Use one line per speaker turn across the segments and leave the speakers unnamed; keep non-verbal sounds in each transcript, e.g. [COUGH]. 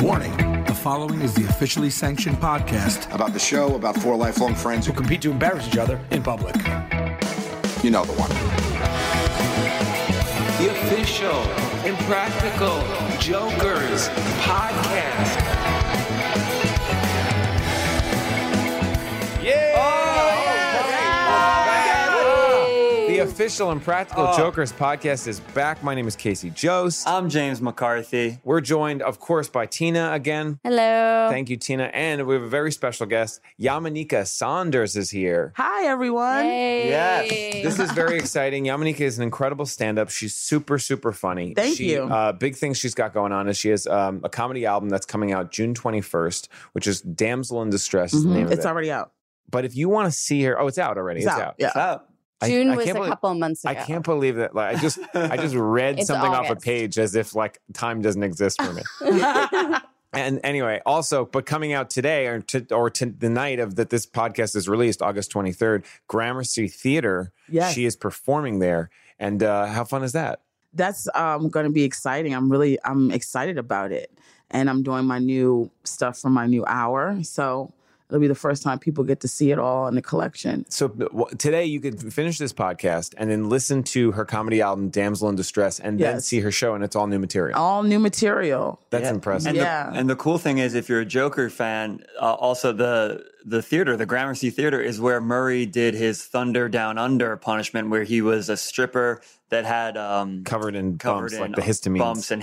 Warning the following is the officially sanctioned podcast
about the show, about four lifelong friends who,
to compete to embarrass each other in public.
you know the one.
The official Impractical Jokers podcast.
The official Impractical Jokers podcast is back. My name is Casey Jost.
I'm James McCarthy.
We're joined, of course, by Tina again.
Hello.
Thank you, Tina. And we have a very special guest. Yamanika Saunders is here.
Hi, everyone.
Hey.
Yes.
This is very exciting. Yamanika is an incredible stand up. She's super, super funny.
Thank
She,
you.
Uh, big things she's got going on is she has um, a comedy album that's coming out June 21st, which is Damsel in Distress. is the name of
Mm-hmm. It's
it.
already out.
But if you want to see her, oh, it's out already. It's, out.
Yeah.
What's up?
I-
June
I
was a
can't believe-
couple months ago.
I can't believe that. Like, I just, I just read
It's
something off a
August.
page as if like time doesn't exist for me. and anyway, also, but coming out today or to, or to the night of that this podcast is released, August twenty third, Gramercy Theater.
Yes.
she is performing there, and uh, how fun is that?
That's um, going to be exciting. I'm really, I'm excited about it. And I'm doing my new stuff for my new hour. So it'll be the first time people get to see it all in the collection.
So w- today you could finish this podcast and then listen to her comedy album Damsel in Distress, and then
Yes.
see her show, and it's all new material.
All new material.
That's
Yeah.
impressive.
And
Yeah.
The, and the cool thing is, if you're a Joker fan, uh, also the the theater, the Gramercy Theater, is where Murray did his Thunder Down Under punishment, where he was a stripper that had um,
Covered in
covered
bumps,
in
like the histamines.
bumps and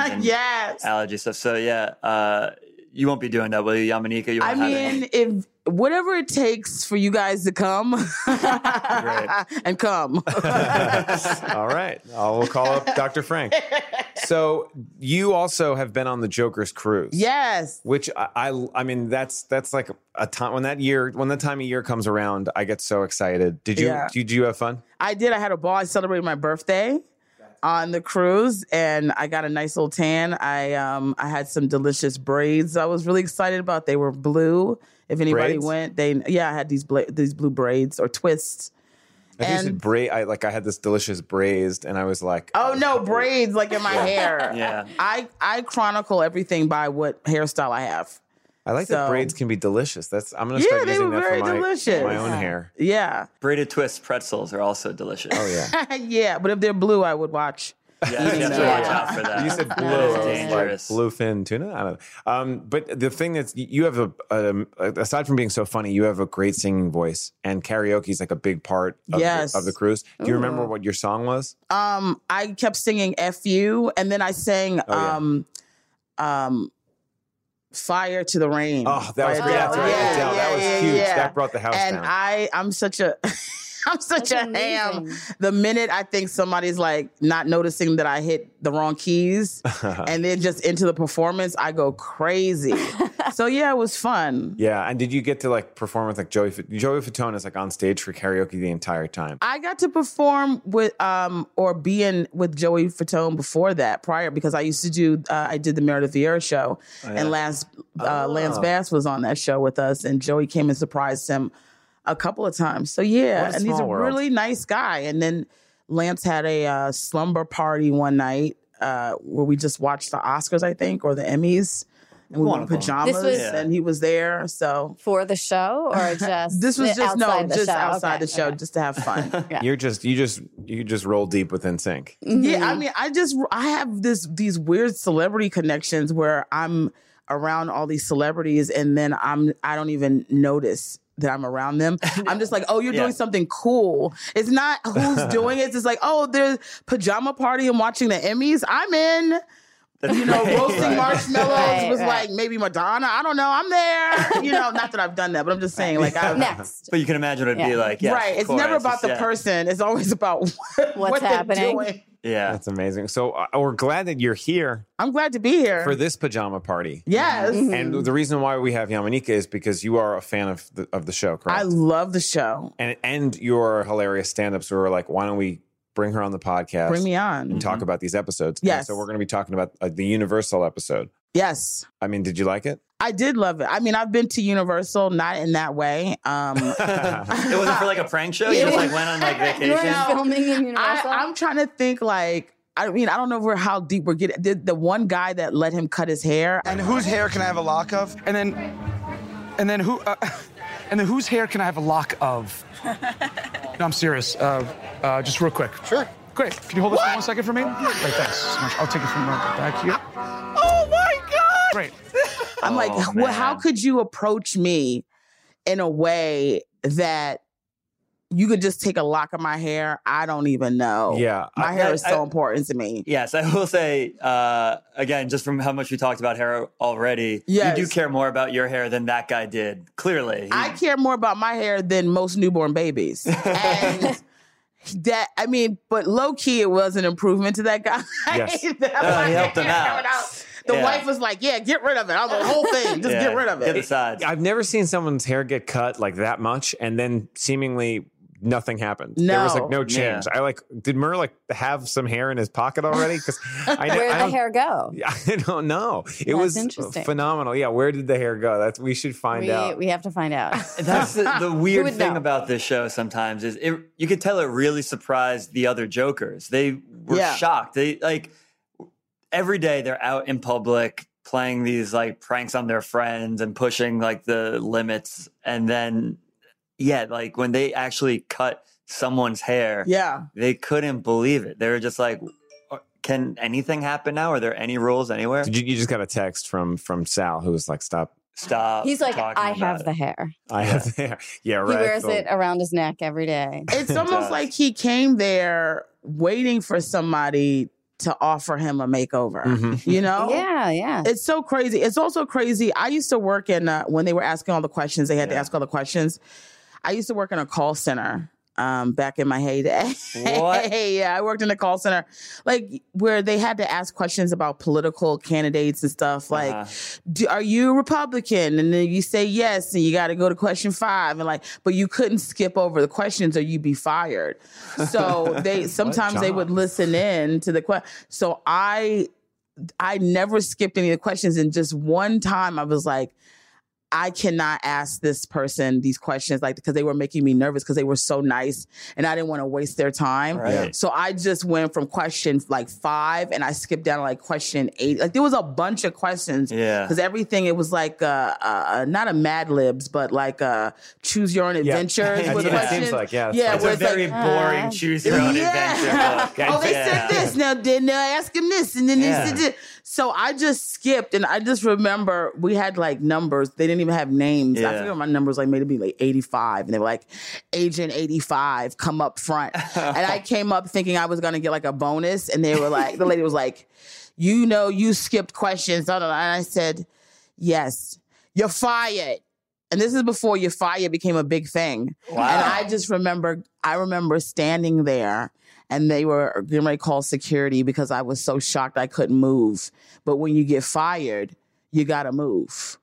[LAUGHS]
and
yes.
allergy stuff. So yeah, uh, you won't be doing that, will you, Yamanika? You
I
won't have it.
[LAUGHS]
mean, if whatever it takes for you guys to come [LAUGHS] and come.
[LAUGHS] All right. I'll call up Dr. Frank. So you also have been on the Joker's cruise.
yes.
Which I, I I mean that's that's like a time when that year when the time of year comes around I get so excited. Did you
Yeah.
did you have fun?
I did. I had a ball. I celebrated my birthday on the cruise, and I got a nice little tan. I um I had some delicious braids. I was really excited about. They were blue. If anybody
Braids?
went, they yeah, I had these bla- these blue braids or twists.
I think you said
And-
bra- I like I had this delicious braised and I was like
Oh no, braids like in my hair.
Yeah.
I I chronicle everything by what hairstyle I have.
I like that
So-
braids can be delicious. That's I'm gonna
Yeah,
start
they
using
were
that for
very
my,
delicious.
my own
Yeah.
hair.
Yeah, [LAUGHS]
braided twist pretzels are also delicious.
Oh yeah.
yeah. But if they're blue, I would watch.
yeah, you have to
Yeah.
watch out for that.
You said blue,
That is
That
I
is
was like,
dangerous.
bluefin tuna. I don't know. Um, but the thing that's you have a, um aside from being so funny, you have a great singing voice, and karaoke is like a big part of,
Yes.
the, of the cruise. Do you remember what your song was?
um I kept singing F you and then I sang
Oh, yeah.
um um Fire to the Rain.
Oh, that was
Fire
yeah,
to the
that's
yeah,
right.
yeah,
Adele. that was
yeah,
huge.
yeah.
That brought the house
and
down.
I I'm such a [LAUGHS] I'm such
That's
a ham.
amazing.
The minute I think somebody's like not noticing that I hit the
[LAUGHS]
wrong keys and then just into the performance, I go
[LAUGHS]
crazy. so yeah, it was fun.
yeah, and did you get to like perform with like Joey? Fa- Joey Fatone is like on stage for karaoke the entire time.
I got to perform with um or be in with Joey Fatone before that prior because I used to do uh, I did the Meredith Vieira show
Oh,
and Lance uh, Lance Bass was on that show with us and Joey came and surprised him a couple of times. So yeah,
What a
and he's a
small world.
really nice guy. And then Lance had a uh, slumber party one night uh, where we just watched the Oscars I think or the Emmys and we wore
Wonderful.
pajamas
This was-
and he was there. So
For the show or just
this was
the-
just
outside
no
the
just
show?
outside
Okay,
the show
okay.
just [LAUGHS] to
[LAUGHS]
have fun.
You're just you just you just roll deep within sync.
Yeah,
Mm-hmm.
I mean, I just I have this these weird celebrity connections where I'm around all these celebrities and then I'm I don't even notice that I'm around them. I'm just like, oh,
[LAUGHS]
you're
Yeah.
doing something cool. It's not who's doing it. It's just like, oh, there's pajama party and watching the Emmys. I'm in.
That's
you know,
[LAUGHS] right.
roasting
Right.
marshmallows
Right,
was
right.
like maybe Madonna. I don't know. I'm there. You know, not that I've done that, but I'm just saying,
[LAUGHS]
like, I,
Next.
But you can imagine it'd be
Yeah.
like, yes,
right.
of
It's
course.
never about the
yeah.
person. It's always about [LAUGHS] what,
What's
they're
happening.
doing. [LAUGHS]
Yeah.
That's amazing. So uh, we're glad that you're here
I'm glad to be here.
for this pajama party.
yes.
Mm-hmm.
Mm-hmm.
And the reason why we have Yamanika is because you are a fan of the, of the show, correct?
I love the show.
and and your hilarious stand-ups where we're like, why don't we bring her on the podcast
Bring me on.
and talk about these episodes? And
Yes.
so we're going to be talking about uh, the Universal episode.
Yes.
I mean, did you like it? [LAUGHS]
I did love it. I mean, I've been to Universal, not in that way. Um,
it wasn't for like a prank show. You just like went on like
[LAUGHS] You were
vacation.
No.
filming in Universal.
I, I'm trying to think like I mean I don't know where how deep we're getting. The, the one guy that let him cut his hair.
And whose hair can I have a lock of? And then, and then who, uh, [LAUGHS] and then whose hair can I have a lock [LAUGHS] of? no, I'm serious. Uh, uh, just real quick. Sure. Great. Can you hold this for one second for me? Great. Thanks. so much. I'll take it from right back here.
Oh my god!
Great.
I'm like,
Oh,
well, how
man.
could you approach me in a way that you could just take a lock of my hair? I don't even know.
Yeah,
my
I-
hair
I-
is so
I-
important to me.
Yes, I will say uh, again, just from how much we talked about hair already,
Yes.
you do care more about your hair than that guy did. Clearly,
I care more about my hair than most newborn babies. And that I mean, but low key, it was an improvement to that guy.
Yes.
[LAUGHS] That
Oh,
my
he helped
hair
him out.
coming out. The
Yeah.
wife was like, "Yeah, get rid of it. I was like, whole thing. Just
Yeah,
get rid of
Hit the
it."
sides.
I've never seen someone's hair get cut like that much and then seemingly nothing happened. There was
No.
like no change. I like did Mur like have some hair in his pocket
[LAUGHS]
already? Because I, know-
Where did
I
the
don't-
hair go?
[LAUGHS] I don't know. It
That's
was
interesting.
phenomenal. Yeah, where did the hair go? That's we should find
We,
out.
we have to find out.
That's the, the
[LAUGHS] Who
weird
would
thing
know?
about this show sometimes is it, you could tell it really surprised the other jokers. They were
Yeah.
shocked. They like every day they're out in public playing these like pranks on their friends and pushing like the limits and then yeah, like when they actually cut someone's hair,
Yeah,
they couldn't believe it. They were just like "Uh, can anything happen now? Are there any rules anywhere?
Did you, you just got a text from from Sal who was like, "Stop!
Stop.
He's like,
talking
I
about
have
it."
the hair.
I [LAUGHS] have the hair." Yeah,
He
right.
wears
So-
it around his neck every day.
[LAUGHS]
it's almost
does.
like he came there waiting for somebody to offer him a makeover.
Mhm.
You know?
Yeah, yeah.
It's [LAUGHS] so crazy. It's also crazy. I used to work in uh, when they were asking all the questions. They had to
Yeah.
ask all the questions. I used to work in a call center um, back in my heyday.
What?
[LAUGHS] yeah, I worked in a call center, like where they had to ask questions about political candidates and stuff. Like,
Uh-huh.
do, are you Republican? And then you say yes, and you got to go to question five, and like, but you couldn't skip over the questions or you'd be fired.
[LAUGHS]
So they sometimes they would
job?
listen in to the question. So I I never skipped any of the questions, and just one time I was like. I cannot ask this person these questions, like because they were making me nervous because they were so nice, and I didn't want to waste their time.
Right.
So I just went from question like five, and I skipped down to like question eight. Like there was a bunch of questions
Yeah.
because everything it was like uh, uh not a Mad Libs, but like uh choose your own
Yeah.
adventure.
That's
with
what it
questions.
seems like, yeah, that's
yeah.
right.
It's
where
a
it's like-
very boring choose your own
[LAUGHS] yeah.
adventure book.
oh, they
[LAUGHS] Yeah.
said this. Now then uh, ask him this, and then this,
Yeah.
and this. So I just skipped, and I just remember we had like numbers. They didn't even have names. I
Yeah.
forget what my numbers like made it be like eighty five, and they were like agent eighty five, come
[LAUGHS]
up front. and I came up thinking I was gonna get like a bonus, and they were like, the lady was like, you know, you skipped questions. da, da, da. And I said, yes, you're fired. And this is before your fire became a big thing.
Wow.
And I just remember, I remember standing there and they were getting ready to call security because I was so shocked I couldn't move. But when you get fired, you gotta move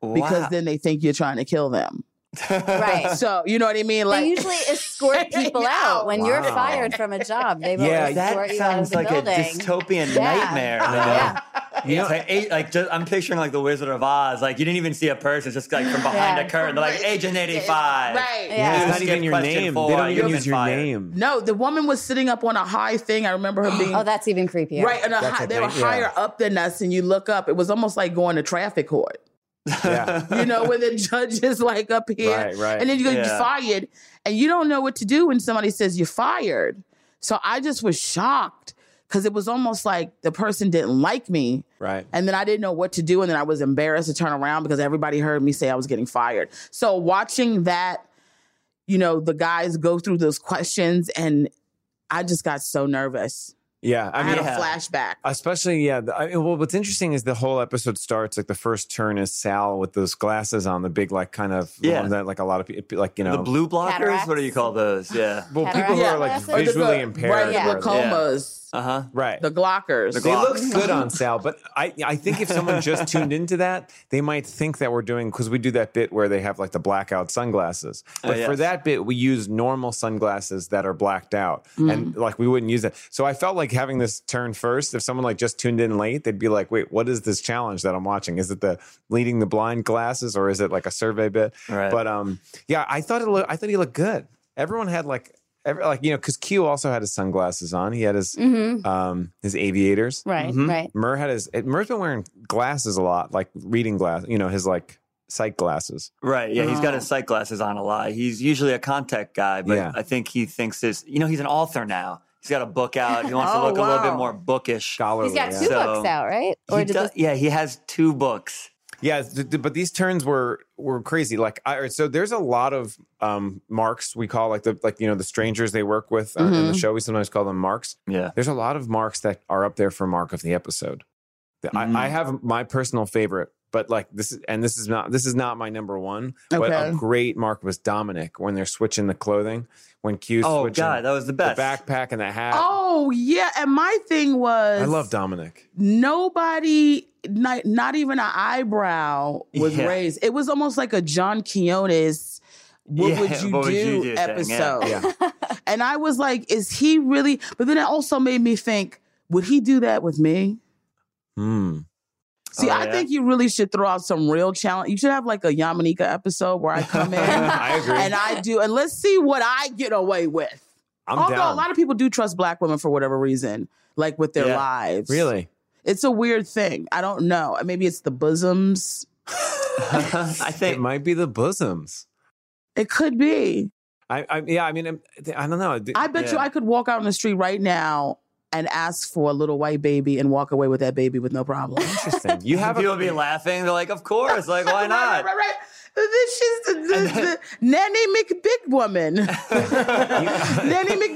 because
Wow.
then they think you're trying to kill them.
Right.
So, you know what I mean? Like,
they usually escort people
No.
out when you're
Wow.
fired from a job. They will
Yeah,
escort
that
you out of
sounds
the
like
building.
a dystopian
Yeah.
nightmare.
Yeah.
You know, like, eight, like just, I'm picturing like the Wizard of Oz. Like you didn't even see a person, it's just like from behind
Yeah.
a curtain. They're like Agent 85.
right.
Yeah.
Yeah,
You
it's not
skip
even your
question
name.
four,
They don't even
you've
use
been
your
fired.
name. [LAUGHS]
No, the woman was sitting up on a high thing. I remember her being
[GASPS] Oh, that's even creepier.
right, and a
That's
high,
a
they were
thing, yeah.
higher up than us. And you look up, it was almost like going to traffic court.
Yeah.
you know, where the judge is like up here.
Right, right.
And then you're
Yeah.
fired and you don't know what to do when somebody says you're fired. So I just was shocked because it was almost like the person didn't like me.
Right.
And then I didn't know what to do. And then I was embarrassed to turn around because everybody heard me say I was getting fired. So watching that, you know, the guys go through those questions and I just got so nervous.
Yeah, I
I
mean,
had
Yeah.
a flashback.
especially yeah. The, I, well, what's interesting is the whole episode starts like the first turn is Sal with those glasses on, the big like kind of the
Yeah.
one that like a lot of people like you know
the blue blockers. What do you
Cataracts?
call those? Yeah.
well people who
Yeah.
are like
Glasses? Or the-
visually
the-
impaired.
Right,
Yeah.
the glaucomas,
Uh huh.
right.
the glockers.
The
They
Glock.
look good on Sal, but I I think if someone just tuned into that, they might think that we're doing because we do that bit where they have like the blackout sunglasses. But for
Oh, yes.
that bit, we use normal sunglasses that are blacked out,
Mm.
and like we wouldn't use that. So I felt like having this turn first. If someone like just tuned in late, they'd be like, "Wait, what is this challenge that I'm watching? Is it the leading the blind glasses, or is it like a survey bit?"
Right.
But um, yeah, I thought it. Lo- I thought he looked good. Everyone had like. Every, like you know, because Q also had his sunglasses on. He had his
Mm.
um his aviators.
Mm-hmm. Right, right.
Murr had his it, Murr's been wearing glasses a lot, like reading glass, you know, his like sight glasses.
[LAUGHS] Right. Yeah. He's got his sight glasses on a lot. He's usually a contact guy, but
Yeah.
I think he thinks this, you know, he's an author now. He's got a book out. He wants to
Oh,
look a little
wow.
bit more bookish.
Scholarly.
He's got
yeah.
two
So-
books out, right?
He
Or did
does-
this,
yeah, he has two books.
Yeah, th- th- but these turns were were crazy. Like, I, so there's a lot of um, marks we call like the like you know the strangers they work with uh, in the show. We sometimes call them marks.
Yeah.
There's a lot of marks that are up there for mark of the episode. The-
Mhm.
I, I have my personal favorite, but like this is and this is not this is not my number one. But a
Okay.
great mark was Dominic when they're switching the clothing when Q's
Oh,
switching
God. That was the
the
best. [LAUGHS]
backpack and the hat.
Oh yeah, and my thing was
I love Dominic.
nobody not, not even an eyebrow was
Yeah.
raised it was almost like a john keone's what,
Yeah,
would, you
what would you
do
do thing, yeah.
episode
Yeah.
[LAUGHS] and i was like is he really but then it also made me think would he do that with me
Hmm.
see
Oh,
i
yeah?
think you really should throw out some real challenge you should have like a yamanika episode where i come
[LAUGHS]
[LAUGHS]
in
I agree.
and i do and let's see what i get away with
I'm
although
down.
a lot of people do trust black women for whatever reason like with their
Yeah.
lives
really?
It's a weird thing. I don't know. Uh, Maybe it's the bosoms.
I
It
think.
might be the bosoms.
It could be.
I, I yeah, I mean, I'm- I don't know.
I bet you
Yeah.
I could walk out on the street right now and ask for a little white baby and walk away with that baby with
[LAUGHS]
no problem.
Interesting. You
[LAUGHS]
have
people
a,
be laughing. They're like, of course. Like, why
Right,
not?
right, right. This is the, the, the nanny McBig
[LAUGHS]
woman, nanny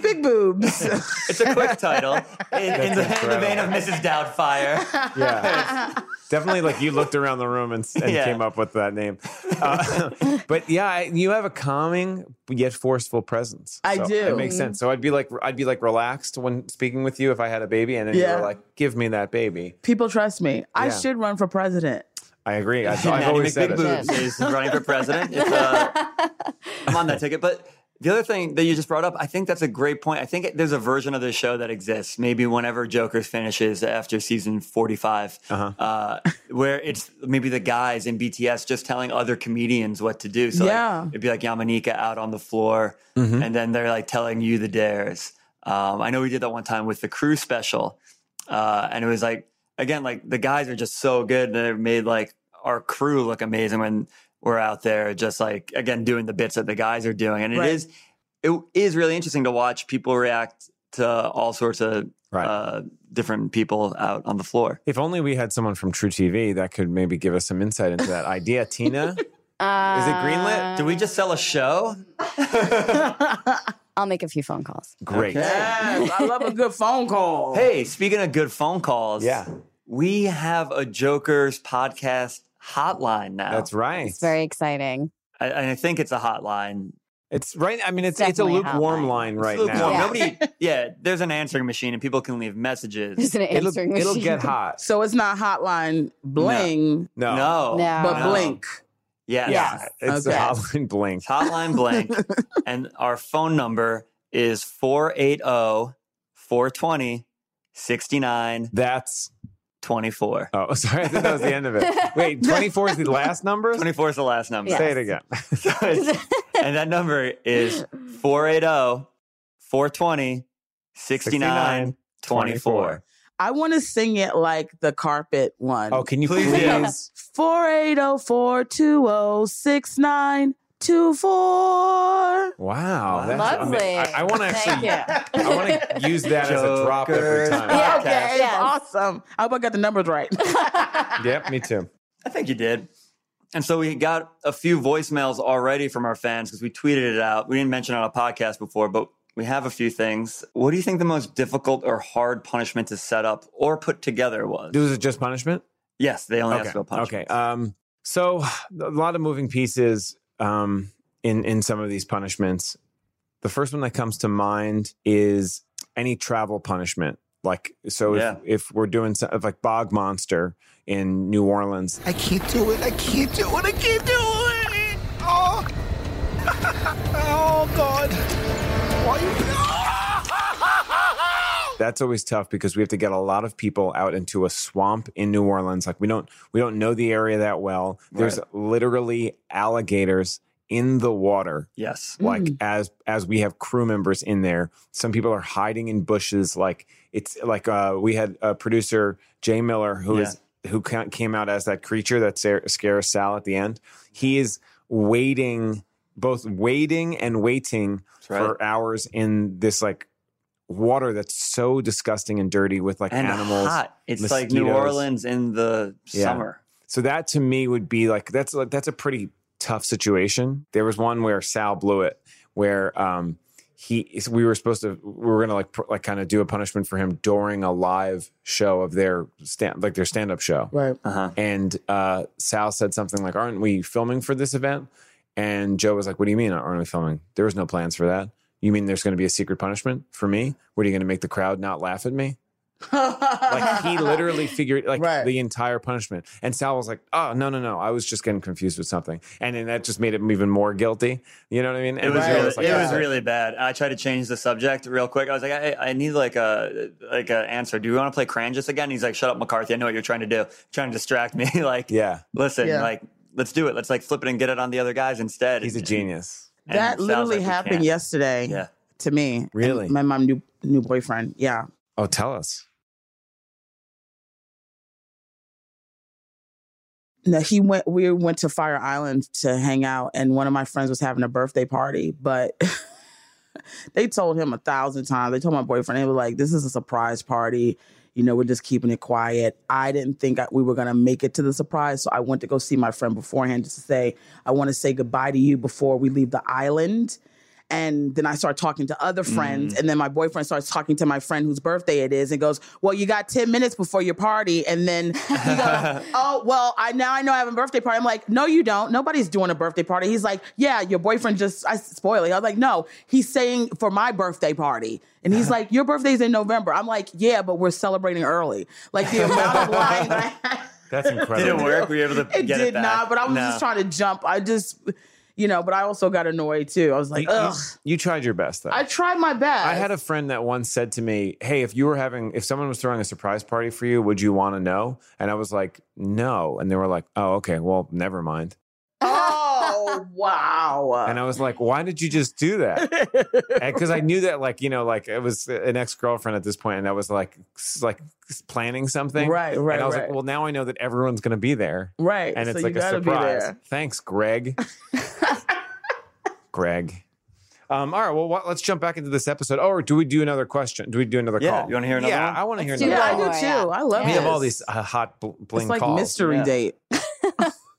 McBig boobs.
It's a
[LAUGHS]
quick title in, in, the, in the vein
incredible.
of Mrs. Doubtfire.
[LAUGHS] yeah. Definitely, like you looked around the room and, and
Yeah.
came up with that name. Uh, [LAUGHS] but yeah, I- you have a calming yet forceful presence.
I
So
do.
It makes sense. So I'd be like, I'd be like relaxed when speaking with you if I had a baby, and then you
Yeah.
were like, "Give me that baby."
People trust me. I
Yeah.
should run for president.
I agree. I,
[LAUGHS]
Nanny
I've always said
McBig
it.
Boobs is running for president. It's, uh, I'm on that ticket. But the other thing that you just brought up, I think that's a great point. I think there's a version of the show that exists, maybe whenever Joker finishes after season 45,
Uh-huh.
uh where it's maybe the guys in BTS just telling other comedians what to do. So like,
Yeah.
it'd be like Yamanika out on the floor,
Mm-hmm.
and then they're like telling you the dares. Um, I know we did that one time with the crew special, uh, and it was like again, like the guys are just so good. They made like our crew look amazing when we're out there, just like again doing the bits that the guys are doing, and
Right.
it is it is really interesting to watch people react to all sorts of
Right.
uh, different people out on the floor.
If only we had someone from True TV that could maybe give us some insight into that idea. Tina,
uh,
is it greenlit?
Did we just sell a show?
I'll make a few phone calls.
Great.
Yes, I love a good phone call.
Hey, speaking of good phone calls,
Yeah.
we have a Joker's podcast hotline now.
That's right.
It's very exciting. [LAUGHS]
I, and I think it's a hotline.
It's right. I mean, it's it's a
Definitely
lukewarm
hotline.
line right
Look,
now.
Yeah.
Nobody, yeah, there's an answering machine and people can leave messages.
There's an
It'll,
answering
it'll
machine. [LAUGHS]
get hot.
So it's not hotline bling,
No,
No.
No.
but
No.
blink.
Yes.
Yes.
it's
Okay.
a hotline blink.
It's hotline blank. and our phone number is oh, 480 420 69
That's
24.
oh, [LAUGHS] sorry. I thought that was the end of it.
[LAUGHS]
Wait, twenty four is the last number.
24 is the last number. [LAUGHS]
Say it again.
[LAUGHS]
[LAUGHS]
and that number is oh, 480 420 69 24.
I want to sing it like the carpet one. oh
Oh, can you please?
Please.
480-420-6924.
Wow, that's
Lovely.
ama- I, want to
Thank
actually.
you.
I want
[LAUGHS]
to use that as a drop every
Jokers.
time.
Okay,
Yes.
that's awesome. I hope I got the numbers right.
yep,
[LAUGHS]
me too.
I think you did. And so we got a few voicemails already from our fans because we tweeted it out. We didn't mention it on a podcast before, but We have a few things. What do you think the most difficult or hard punishment to set up or put together was?
Was it just punishment?
Yes, they only
okay.
asked about punishment.
Okay. Um, so a lot of moving pieces um, in in some of these punishments. The first one that comes to mind is any travel punishment. Like so,
Yeah.
if, if we're doing some, like Bog Monster in New Orleans,
I can't do it. I can't do it. I can't do it. Oh. [LAUGHS] oh, God. Why you.
that's always tough because we have to get a lot of people out into a swamp in New Orleans. Like we don't we don't know the area that well. There's literally alligators in the water
Yes.
like as as we have crew members in there some people are hiding in bushes like it's like uh we had a producer jay miller who is who ca- came out as that creature that scar- scares sal at the end he is waiting both waiting and waiting
right.
for hours in this like water that's so disgusting and dirty with like
And
animals
hot. It's like New
mosquitoes.
Orleans in the
Yeah.
summer.
So that to me would be like that's like that's a pretty tough situation. There was one where Sal blew it, where um he we were supposed to we were gonna like pr- like kind of do a punishment for him during a live show of their stand like their stand up show,
[LAUGHS] Right.
Uh-huh.
and uh, Sal said something like, "Aren't we filming for this event?" And Joe was like, "What do you mean? Aren't we filming? There was no plans for that." You mean there's going to be a secret punishment for me? What are you going to make the crowd not laugh at me? Like
[LAUGHS]
he literally figured like
Right.
the entire punishment. And Sal was like, "Oh no, no, no! I was just getting confused with something." And then that just made him even more guilty. You know what I mean?
It was
Right.
really,
It's like,
it was
yeah.
really bad. I tried to change the subject real quick. I was like, I, I need like a like an answer. Do you want to play Cranjus again? He's like, Shut up, McCarthy. I know what you're trying to do. You're trying to distract me. [LAUGHS] like,
yeah.
listen,
Yeah.
like, let's do it. Let's like flip it and get it on the other guys instead.
He's a
And-
genius.
and it
that
sounds
literally
like we
happened
can't.
yesterday
Yeah.
to me. and
Really?
my mom new new boyfriend. Yeah.
Oh, tell us.
No, he went. We went to Fire Island to hang out, and one of my friends was having a birthday party. But [LAUGHS] they told him a thousand times. They told my boyfriend, they were like, "This is a surprise party. You know, we're just keeping it quiet." I didn't think I, we were gonna make it to the surprise, so I went to go see my friend beforehand just to say, "I want to say goodbye to you before we leave the island." And then I start talking to other
Mm.
friends, and then my boyfriend starts talking to my friend whose birthday it is, and goes, "Well, you got ten minutes before your party." And then he
[LAUGHS]
goes, "Oh, well, I now I know I have a birthday party." I'm like, "No, you don't. Nobody's doing a birthday party." He's like, "Yeah, your boyfriend just I spoil it." I was like, "No, he's saying for my birthday party," and
[LAUGHS]
he's like, "Your birthday's in November." I'm like, "Yeah, but we're celebrating early." Like the amount of lying that
[LAUGHS]
I had
That's
Did it
incredible.
work? Were you able to
[LAUGHS] it
get
did
it back?
not but i was
No.
just trying to jump i just you know but i also got annoyed too i was like
You, you-
ugh
you tried your best though.
i tried my best
I had a
[LAUGHS]
friend that once said to me, "Hey, if you were having, if someone was throwing a surprise party for you, would you want to know?" And I was like, "No," and they were like, "Oh, okay, well, never mind."
oh
[LAUGHS]
wow
And I was like, "Why did you just do that?" Because I knew that, like, you know, like it was uh, an ex girlfriend at this point, and I was like, s- like s- planning something,
Right, right,
And I was
right.
like, "Well, now I know that everyone's going to be there,
[LAUGHS] right
and it's
so
like
you
a
gotta be
surprise."
there
Thanks,
[LAUGHS]
Greg. Greg. Um, all right, well, what, let's jump back into this episode. Oh, or do we do another question? Do we do another
Yeah,
call?
you wanna hear another
Yeah,
one?
I want to hear
do
another.
yeah
one.
i do
Yeah.
too i love
We
this.
have all these uh, hot bl-
it's
bling
like
calls.
mystery
Yeah.
date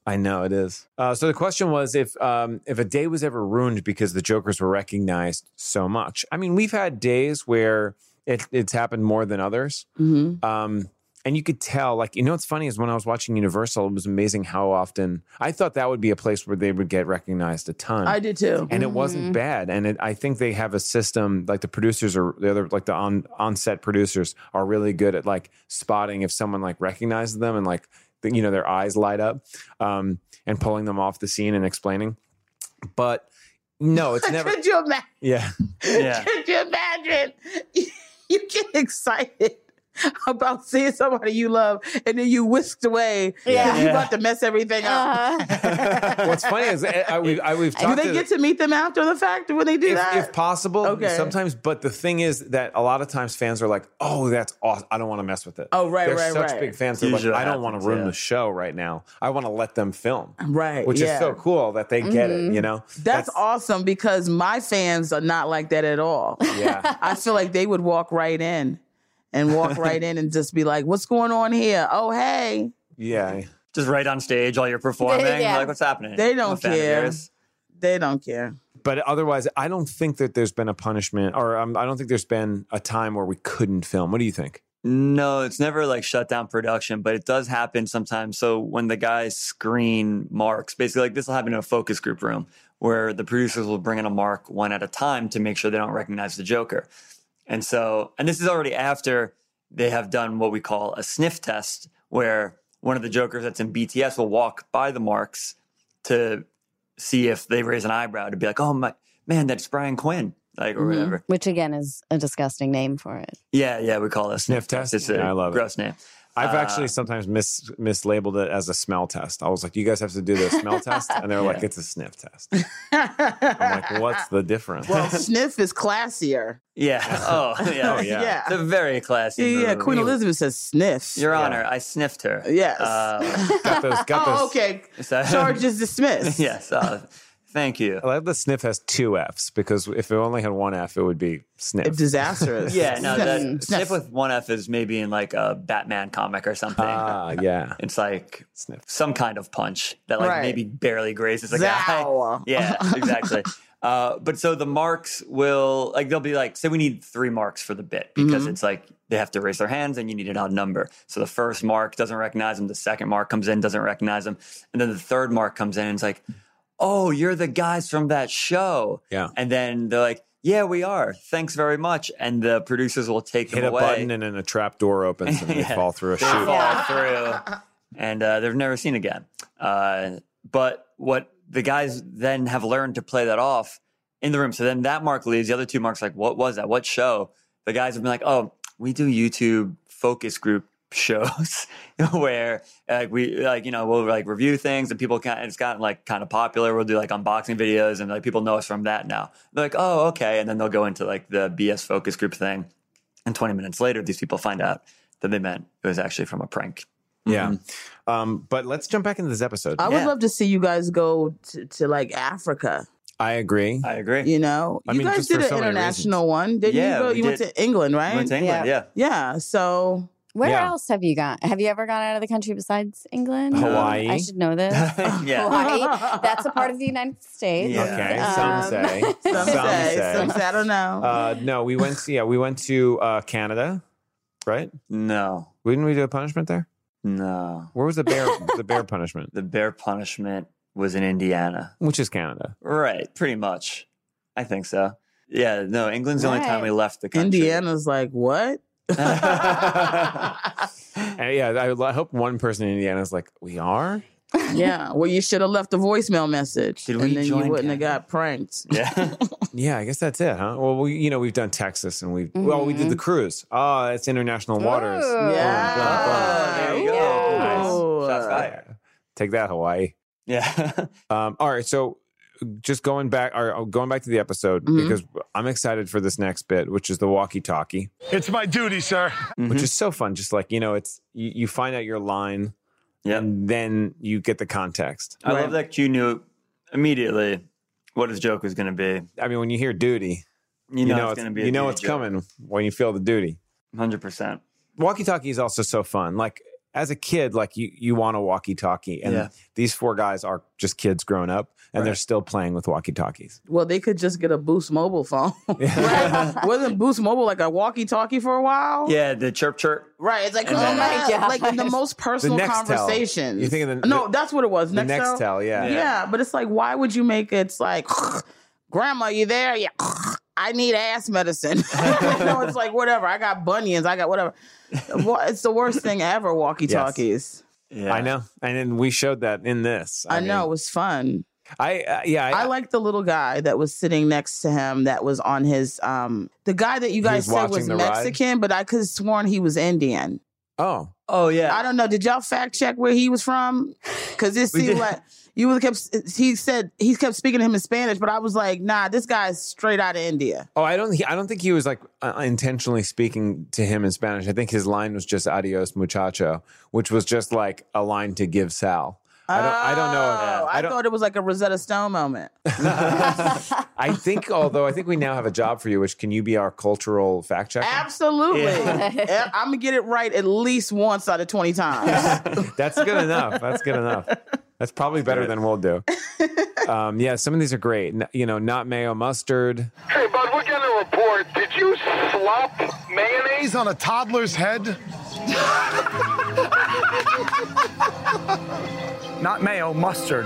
I know it is. Uh, so the question was if um, if a day was ever ruined because the jokers were recognized so much. I mean, we've had days where it, it's happened more than others,
Mhm.
um, and you could tell. Like you know, what's funny is when I was watching Universal, it was amazing how often I thought that would be a place where they would get recognized a ton.
i
[LAUGHS]
did too
and it
Mm-hmm.
wasn't bad. And it, I think they have a system like the producers are the other like the on on set producers are really good at like spotting if someone like recognizes them and like the, you know their eyes light up um, and pulling them off the scene and explaining. But no, it's
[LAUGHS]
never.
could you imagine
yeah,
Yeah.
[LAUGHS] could you imagine [LAUGHS] you get excited [LAUGHS] about seeing somebody you love and then you whisked away
Yeah.
you're
Yeah.
about to mess everything up
Uh,
what's funny is eh, I, I, we've, I, we've
do
talked
they
to-
get to meet them after the fact when they do
if,
that
if possible,
Okay.
sometimes. But the thing is that a lot of times fans are like, "Oh, that's awesome! I don't want to mess with it."
Oh, right,
They're
right,
such
right.
big fans. They're like,
Usually
"I don't want to
happens,
ruin
yeah.
the show right now. I want to let them film."
Right,
which
yeah. Mm-hmm.
is so cool that they get it. You know,
That's, awesome because my fans are not like that at all.
yeah.
I feel like they would walk right in and [LAUGHS] walk right in and just be like, what's going on here? Oh, hey.
Yeah.
[LAUGHS]
Just right on stage while you're performing.
Yeah.
Like, what's happening?
They
I'm a
don't
fan of
care.
yours.
They don't care.
But otherwise, I don't think that there's been a punishment, or um, I don't think there's been a time where we couldn't film. What do you think?
No, it's never like shut down production, but it does happen sometimes. So when the guys screen marks, basically like this will happen in a focus group room where the producers will bring in a mark one at a time to make sure they don't recognize the Joker. And so, and this is already after they have done what we call a sniff test, where one of the Jokers that's in BTS will walk by the marks to see if they raise an eyebrow to be like, oh my man, that's Brian Quinn, like or
Mm-hmm.
Mhm.
whatever.
Which again is a disgusting name for it.
Yeah, yeah, we call it a sniff,
Sniff
test.
test?
It's a
Yeah, I love it.
gross name.
I've
Uh,
actually sometimes mis- mislabeled it as a smell test. I was like, you guys have to do the
[LAUGHS]
smell test. And they were like, it's a sniff test. I'm like, what's the difference?
Well, [LAUGHS] sniff is classier.
[LAUGHS] Yeah. Oh, yeah.
Oh, yeah.
It's a very classy.
Yeah, yeah,
move.
Queen Elizabeth says sniff.
Your Honor, I sniffed her. [LAUGHS]
Yes.
Uh,
[LAUGHS] got those, got those.
oh, okay.
so-
Charge is
[LAUGHS]
dismissed.
yes. Uh, thank you.
I love the sniff has two F's because if it only had one F, it would be sniff.
If
[LAUGHS]
disastrous.
Yeah. No.
Sniff.
That,
Sniff.
Sniff with one F is maybe in like a Batman comic or something.
Ah, yeah.
it's like
Sniff.
some kind of punch that like
Right.
maybe barely grazes a guy.
Zow.
[LAUGHS]
Yeah, exactly. uh, but so the marks will like they'll be like say we need three marks for the bit because
Mm-hmm.
it's like they have to raise their hands and you need an odd number. So the first mark doesn't recognize them. The second mark comes in doesn't recognize them, and then the third mark comes in and it's like, oh, you're the guys from that show.
Yeah.
and then they're like. Yeah, we are. Thanks very much. And the producers will take
Hit
them
a
away
button and then a trap door opens and they
[LAUGHS] Yeah.
fall through a
they
chute.
fall through, and uh, they're never seen again. Uh, but what the guys then have learned to play that off in the room. So then that mark leaves. The other two marks like, what was that? What show? The guys have been like, oh, we do YouTube focus group [LAUGHS] shows where like we like you know we'll like review things and people can it's gotten like kind of popular we'll do like unboxing videos and like people know us from that now they're like oh okay and then they'll go into like the bs focus group thing and 20 minutes later, these people find out that they meant it was actually from a prank. Mm-hmm.
Yeah. Um, but let's jump back into this episode.
I would
Yeah.
love to see you guys go to, to like Africa.
I agree.
I agree.
You know,
I
you
mean,
guys
just for
did an
so many
international one, didn't
Yeah,
you? Go,
we
you went
did.
to England, right?
We went to England, yeah.
yeah. So
Where
Yeah.
else have you gone? Have you ever gone out of the country besides England? Um,
Hawaii.
I should know this.
[LAUGHS]
[LAUGHS]
Yeah.
Hawaii. That's a part of the United States.
Yeah.
Okay.
Um,
some say.
some, say, some say, I don't know.
Uh, no, we went. To, yeah, we went to uh, Canada, right?
No,
Didn't we do a punishment there?
no.
Where was the bear? the bear punishment,
The bear punishment was in Indiana.
[LAUGHS] which is Canada.
Right, pretty much. I think so. Yeah, no, England's the only time we
Right.
left the country.
Indiana's like, what?
[LAUGHS]
And Uh, yeah, I, I hope one person in Indiana is like, "We are."
yeah. Well, you should have left a voicemail message.
Did we
and then you
join
wouldn't have
Canada?
got pranked.
[LAUGHS] yeah.
[LAUGHS] Yeah, I guess that's it, huh? Well, we, you know, we've done Texas, and we've well, we did the cruise. Oh, it's international waters. Oh,
Ooh.
Boom, boom, boom.
Yeah.
there you go.
Ooh.
Nice. Shots fired.
Take that, Hawaii. [LAUGHS]
Yeah.
Um, all right, so just going back, or going back to the episode
Mhm.
because I'm excited for this next bit, which is the walkie-talkie.
It's my duty, sir.
Mm-hmm.
which is so fun. Just like you know, it's you, you find out your line,
Yeah.
and then you get the context.
I love that Q knew immediately what his joke was going to be.
I mean, when you hear duty,
You know, it's going to be a
you know
duty
it's
joke.
coming when you feel the duty.
100%.
Walkie-talkie is also so fun. Like as a kid, like you you want a walkie-talkie, and
Yeah.
these four guys are just kids grown up, and they're still playing with walkie-talkies.
Well, they could just get a Boost Mobile phone. [LAUGHS] Right? Wasn't Boost Mobile like a walkie-talkie for a while?
Yeah, the chirp chirp.
Right. It's like,
And then-
oh my
Yeah.
like [LAUGHS] in the most personal
Nextel.
conversations.
You're thinking the-
no,
the-
that's what it was.
The
Nextel.
next tell, yeah.
Yeah. but it's like, why would you make it? It's like, [LAUGHS] Grandma, you there? Yeah. [LAUGHS] I need ass medicine. [LAUGHS] you know, it's like whatever. I got bunions. I got whatever. Wa- It's the worst thing ever. Walkie talkies.
Yeah.
I know, and then we showed that in this.
I,
mean,
know it was fun.
I uh, yeah,
I like the little guy that was sitting next to him. That was on his um. The guy that you
was
guys said
watching
was
the ride?
Mexican, but I could have sworn he was Indian.
Oh,
Oh
I
yeah.
don't know. Did y'all fact check where he was from? Because
[LAUGHS]
it
We
seemed
did.
like you was kept. He said he kept speaking to him in Spanish, but I was like, nah, this guy's straight out of India.
Oh, I don't. He, I don't think he was like uh, intentionally speaking to him in Spanish. I think his line was just "Adios, muchacho," which was just like a line to give Sal. I don't. I don't know.
Oh,
I
I,
don't.
thought it was like a Rosetta
[LAUGHS]
Stone moment.
I think, although I think we now have a job for you, which can you be our cultural fact checker?
Absolutely,
Yeah.
I'm gonna get it right at least once out
[LAUGHS]
of twenty times.
That's good enough. That's good enough. That's probably better than we'll do. Um, yeah, some of these are great. N- You know, not mayo mustard.
Hey, bud, we're getting a report. Did you slop mayonnaise
on a toddler's head? Not mayo, mustard.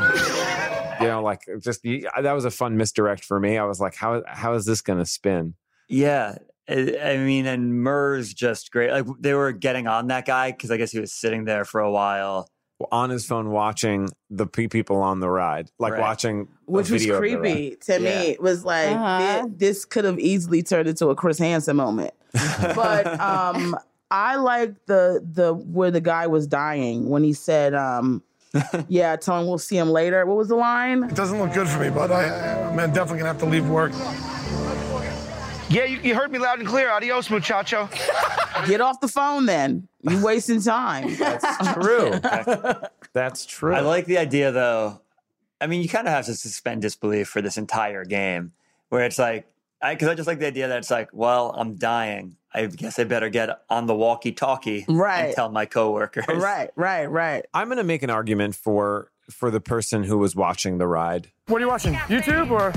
You know, like just you- that was a fun misdirect for me. I was like, how how is this going to spin?
Yeah. I I mean, and Murr's just great. Like they were getting on that guy because I guess he was sitting there for a while.
On his phone, watching the pe- people on the ride, like
Right.
watching a
Which was
video of the ride.
creepy to me.
Yeah.
It was like
Uh-huh.
thi- this could have easily turned into a Chris Hansen moment.
[LAUGHS]
but um, I like the the where the guy was dying when he said, um, "Yeah, tell him we'll see him later." What was the line?
It doesn't look good for me, but I, I'm definitely gonna have to leave work.
Yeah, you, you heard me loud and clear. Adios, muchacho.
Get off the phone, then. You wasting time.
[LAUGHS] That's true. That's true.
I like the idea though. I mean, you kind of have to suspend disbelief for this entire game where it's like, I because I just like the idea that it's like, well, I'm dying. I guess I better get on the walkie-talkie
Right.
and tell my coworkers.
right, right, right.
I'm going to make an argument for for the person who was watching the ride.
What are you watching? YouTube or?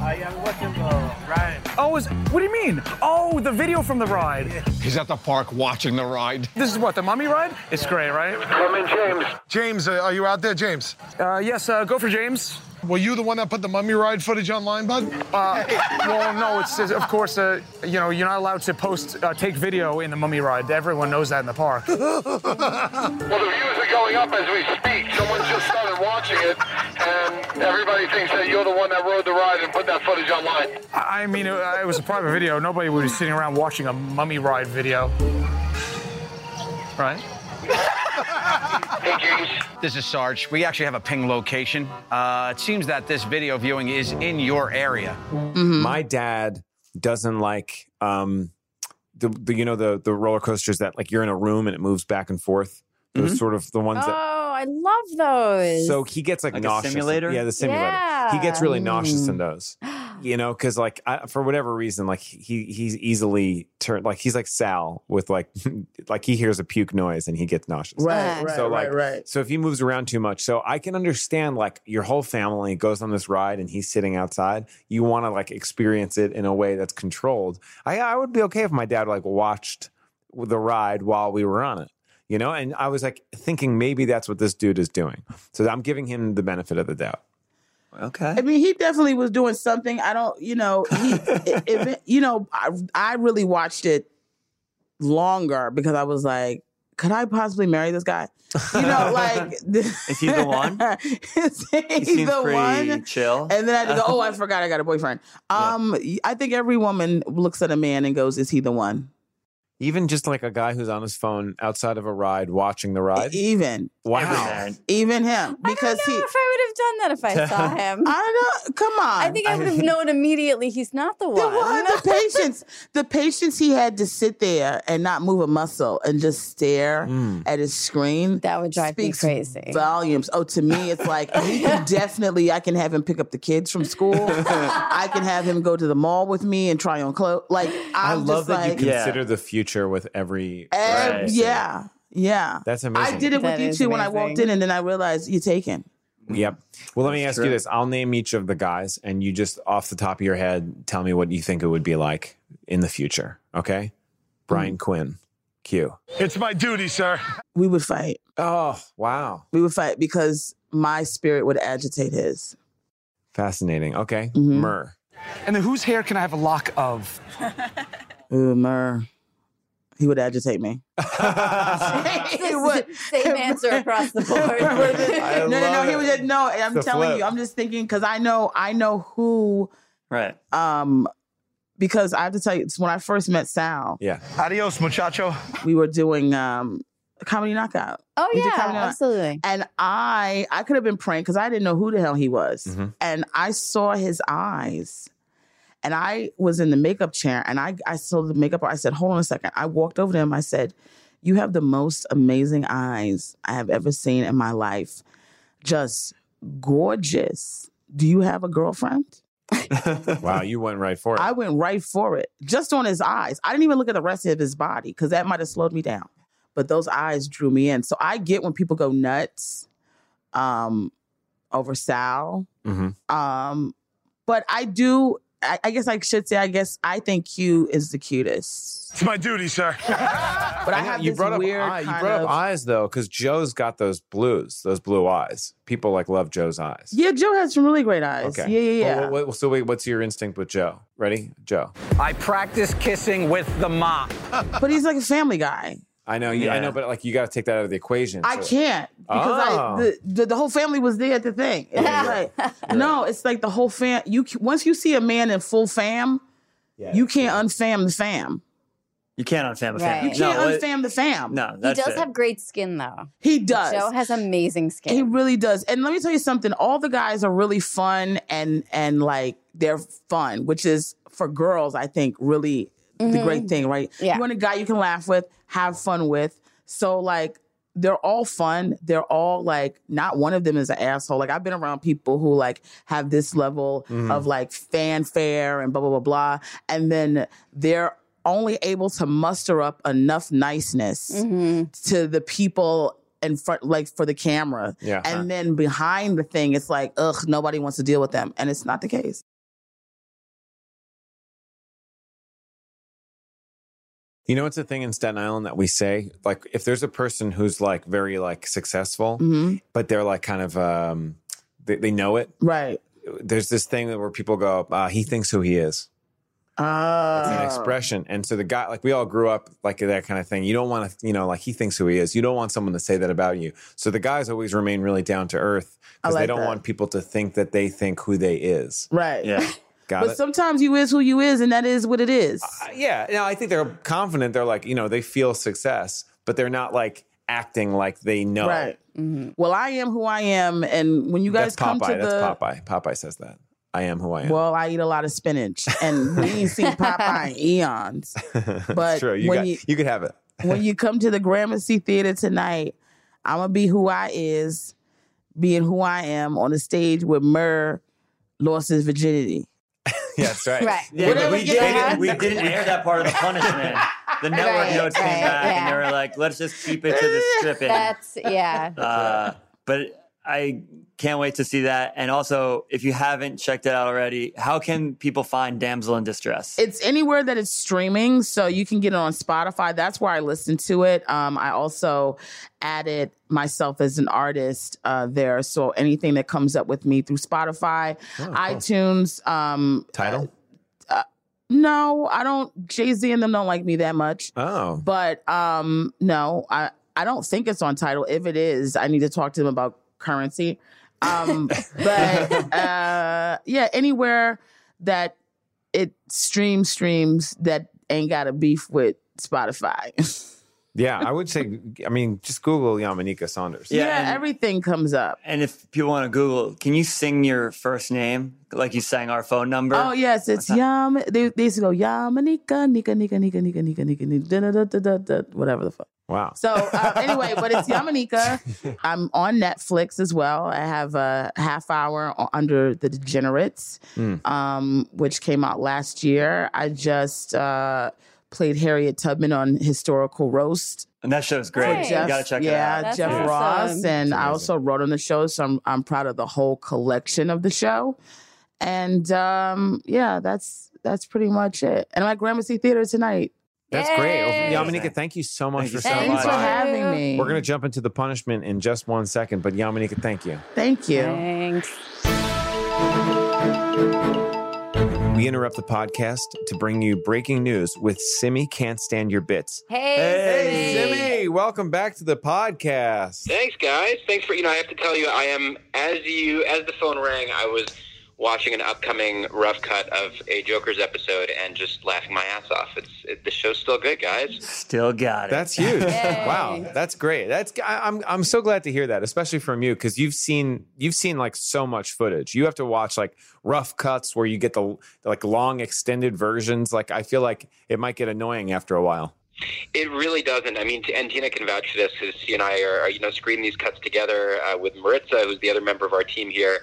I am watching the ride. Oh, is what do you mean? Oh, the video from the ride.
He's at the park watching the ride.
This is what the mummy ride. It's great, right?
Come in, James.
James, uh, are you out there, James?
Uh, yes. Uh, go for James.
Were you the one that put the mummy ride footage online, bud?
Uh, well, no, it's, it's- of course, uh, you know, you're not allowed to post, uh, take video in the mummy ride. Everyone knows that in the park.
Well, the views are going up as we speak. Someone just started watching it, and everybody thinks that you're the one that rode the ride and put that footage online.
I I mean, it, uh, it was a private video. Nobody would be sitting around watching a mummy ride video. Right?
Hey, James.
This is Sarge. We actually have a ping location. Uh, it seems that this video viewing is in your area.
My dad doesn't like um the, the you know the the roller coasters that like you're in a room and it moves back and forth. Those sort of the ones
Oh,
that
I love
Oh,
those. [GASPS]
so he gets like,
Like a
nauseous.
simulator?
Yeah, the simulator. He gets
Yeah.
really nauseous in those. You know, because like I, for whatever reason, like he he's easily turned. Like he's like Sal with like [LAUGHS] like he hears a puke noise and he gets nauseous.
Right, right,
So,
right,
like,
right.
So if he moves around too much, so I can understand like your whole family goes on this ride and he's sitting outside. You want to like experience it in a way that's controlled. I I would be okay if my dad like watched the ride while we were on it. You know, and I was like thinking maybe that's what this dude is doing. So I'm giving him the benefit of the doubt.
[LAUGHS] Okay.
I mean, he definitely was doing something. I don't, you know,
[LAUGHS]
he, it, it- you know, I, I really watched it longer because I was like, could I possibly marry this guy? You know, like,
[LAUGHS] Is he the one?
[LAUGHS] is he,
He seems
the
pretty
one?
chill.
And then I had to go,
[LAUGHS]
oh, I forgot I got a boyfriend. Um, I think every woman looks at a man and goes, is he the one?
Even just like a guy who's on his phone outside of a ride watching the ride.
Even,
Every
Wow.
man.
even him, because
I don't know
he,
if I would have done that if I saw him. I,
I don't, come on,
think I would have known immediately he's not the one. [LAUGHS]
The, what? the patience, the patience he had to sit there and not move a muscle and just stare
Mm.
at his screen.
That would drive me
speaks
crazy. [LAUGHS]
Volumes. Oh, to me, it's like he can definitely. I can have him pick up the kids
[LAUGHS]
from school. I can have him go to the mall with me and try on clothes. Like I'm
I love
just
that
like,
you
Yeah.
consider the future with every.
eh,
Right.
yeah, yeah.
That's amazing.
I did it
That
with you
is
too when I walked
amazing.
in, and then I realized you're taken.
Yep. Well, let me ask
That's
you
true.
this. I'll name each of the guys, and you just off the top of your head tell me what you think it would be like in the future. Okay. Brian Quinn, Q.
It's my duty, sir.
We would fight.
Oh, wow.
We would fight because my spirit would agitate his.
Fascinating. Okay. Myrrh. [LAUGHS]
And then whose hair can I have a lock of?
Ooh, Mur. He would agitate me. he would.
Same
[LAUGHS]
answer across the board.
No, no, no.
love
He
it.
was just no. I'm
The
telling
flip.
you. I'm just thinking because I know. I know who.
Right.
Um, because I have to tell you, it's when I first met Sal,
Yeah.
Adios, muchacho.
we were doing um comedy knockout,
[LAUGHS] oh
Did you
yeah,
come to-
absolutely.
and I I could have been praying because I didn't know who the hell he was,
Mhm.
and I saw his eyes. And I was in the makeup chair and I, I saw the makeup. I said, hold on a second. I walked over to him. I said, You have the most amazing eyes I have ever seen in my life. Just gorgeous. Do you have a girlfriend?
Wow. You went right for it.
I went right for it, just on his eyes. I didn't even look at the rest of his body because that might have slowed me down. But those eyes drew me in. So I get when people go nuts um, over Sal
Mm-hmm.
Um, but I do. I, I guess I should say. I guess I think Q is the cutest.
It's my duty, sir.
[LAUGHS] But I, have
you
this
brought up
weird
eye- you
kind
brought
of-
up eyes though, because Joe's got those blues, those blue eyes. People like love Joe's eyes.
Yeah, Joe has some really great eyes.
Okay. Oh,
Yeah, yeah, yeah.
Well, what- what- so wait, what's your instinct with Joe? Ready, Joe?
I practice kissing with the mop.
but he's like a family guy.
I know, you, I know, but like you got to take that out of the equation.
I
so-
can't because
Oh.
Ah.
I the, the the whole family was there at the thing. It's
[LAUGHS]
like, no, it's like the whole fam. You c- once you see a man in full fam, you can't unfam the fam.
You can't unfam a
Right.
fam.
You can't
no, it-
unfam the fam.
No,
He
Uh, that's
does
it.
have great skin, though.
He does.
Joe has amazing skin.
He really does. And let me tell you something. All the guys are really fun and and like they're fun, which is for girls, I think, really the
Mhm.
great thing, right?
Yeah.
You want a guy you can laugh with, have fun with. So like they're all fun. They're all like not one of them is an asshole. Like I've been around people who like have this level
Mhm.
of like fanfare and blah blah blah blah, and then they're only able to muster up enough niceness
Mm-hmm.
Mm-hmm,
to the people in front, like for the camera.
Yeah. uh-huh.
And then behind the thing, it's like, ugh, nobody wants to deal with them. And it's not the case.
You know, it's a thing in Staten Island that we say, like, if there's a person who's like very like successful,
Mhm.
but they're like kind of, um, they, they know it.
Right.
There's this thing where people go, uh, he thinks who he is. It's an
Uh,
expression. And so the guy, like, we all grew up like that kind of thing. You don't want to, you know, like, he thinks who he is. You don't want someone to say that about you. So the guys always remain really down to earth
I
because they
like
don't
that.
want people to think that they think who they is.
right. [LAUGHS]
Got
but
it?
sometimes you is who you is, and that is what it is.
Yeah, no, I think they're confident. They're like, you know, they feel success, but they're not like acting like they know.
Right.
mm-hmm.
Well, I am who I am, and when you guys
That's
come
Popeye.
to
That's
the
Popeye. Popeye says that. I am who I [LAUGHS] am.
well, I eat a lot of spinach, and we ain't
[LAUGHS]
seen Popeye in eons. but
it's true. You,
when
got,
you-
you, could have it. [LAUGHS]
when you come to the Gramercy Theater tonight, I'm gonna be who I is, being who I am on the stage with Murr lost his virginity.
Yeah, that's right.
Right.
Yeah,
Whatever
we,
you
didn't,
had.
we didn't air that part of the punishment.
[LAUGHS]
The network
Right,
notes
right,
came back and they
yeah.
were like, let's just keep it to the
[LAUGHS]
stripping.
That's yeah.
Uh, but I can't wait to see that. And also, if you haven't checked it out already, how can people find Damsel in Distress?
It's anywhere that it's streaming, so you can get it on Spotify. That's where I listen to it. Um, I also added myself as an artist uh, there, so anything that comes up with me through Spotify, iTunes, um,
title.
Uh, no, I don't. Jay Z and them don't like me that much.
Oh,
but um, no, I I don't think it's on title. If it is, I need to talk to them about currency. Um, but uh, yeah, anywhere that it streams streams that ain't got a beef with Spotify.
Yeah, I would say. I mean, just Google Yamanika Saunders.
Yeah, everything comes up.
And if people want to Google, can you sing your first name like you sang our phone number?
Oh yes, it's yum. They, they used to go Yamanika, nika, nika, nika, nika, nika, nika, nika, da, da, da, da, da, da, whatever the fuck.
Wow.
So uh, anyway, but it's Yamanika. I'm on Netflix as well. I have a half hour o- under the Degenerates,
Mm.
um, which came out last year. I just uh, played Harriet Tubman on Historical Roast.
And that show's great.
for Jeff-
You got to check
yeah,
it out.
Jeff Ross, and I also wrote on the show, so I'm I'm proud of the whole collection of the show. And um, yeah, that's that's pretty much it. And I'm at Gramercy Theater tonight.
That's great. Well, Yamanika, thank you so much for stopping
Thanks
by.
for having me.
We're going to jump into the punishment in just one second, but Yamanika, thank you.
Thank you.
Thanks.
We interrupt the podcast to bring you breaking news with Simi Can't Stand Your Bits.
Hey,
Simi. welcome back to the podcast.
Thanks, guys. Thanks for you know. I have to tell you, I am as you as the phone rang, I was watching an upcoming rough cut of a Joker's episode and just laughing my ass off. It's it, the show's still good, guys.
Still got it.
That's huge. wow, that's great. That's I, I'm I'm so glad to hear that, especially from you because you've seen you've seen like so much footage. You have to watch like rough cuts where you get the like long extended versions. Like I feel like it might get annoying after a while.
It really doesn't. I mean, and Tina can vouch for this because she and I are, are you know screening these cuts together uh, with Maritza, who's the other member of our team here,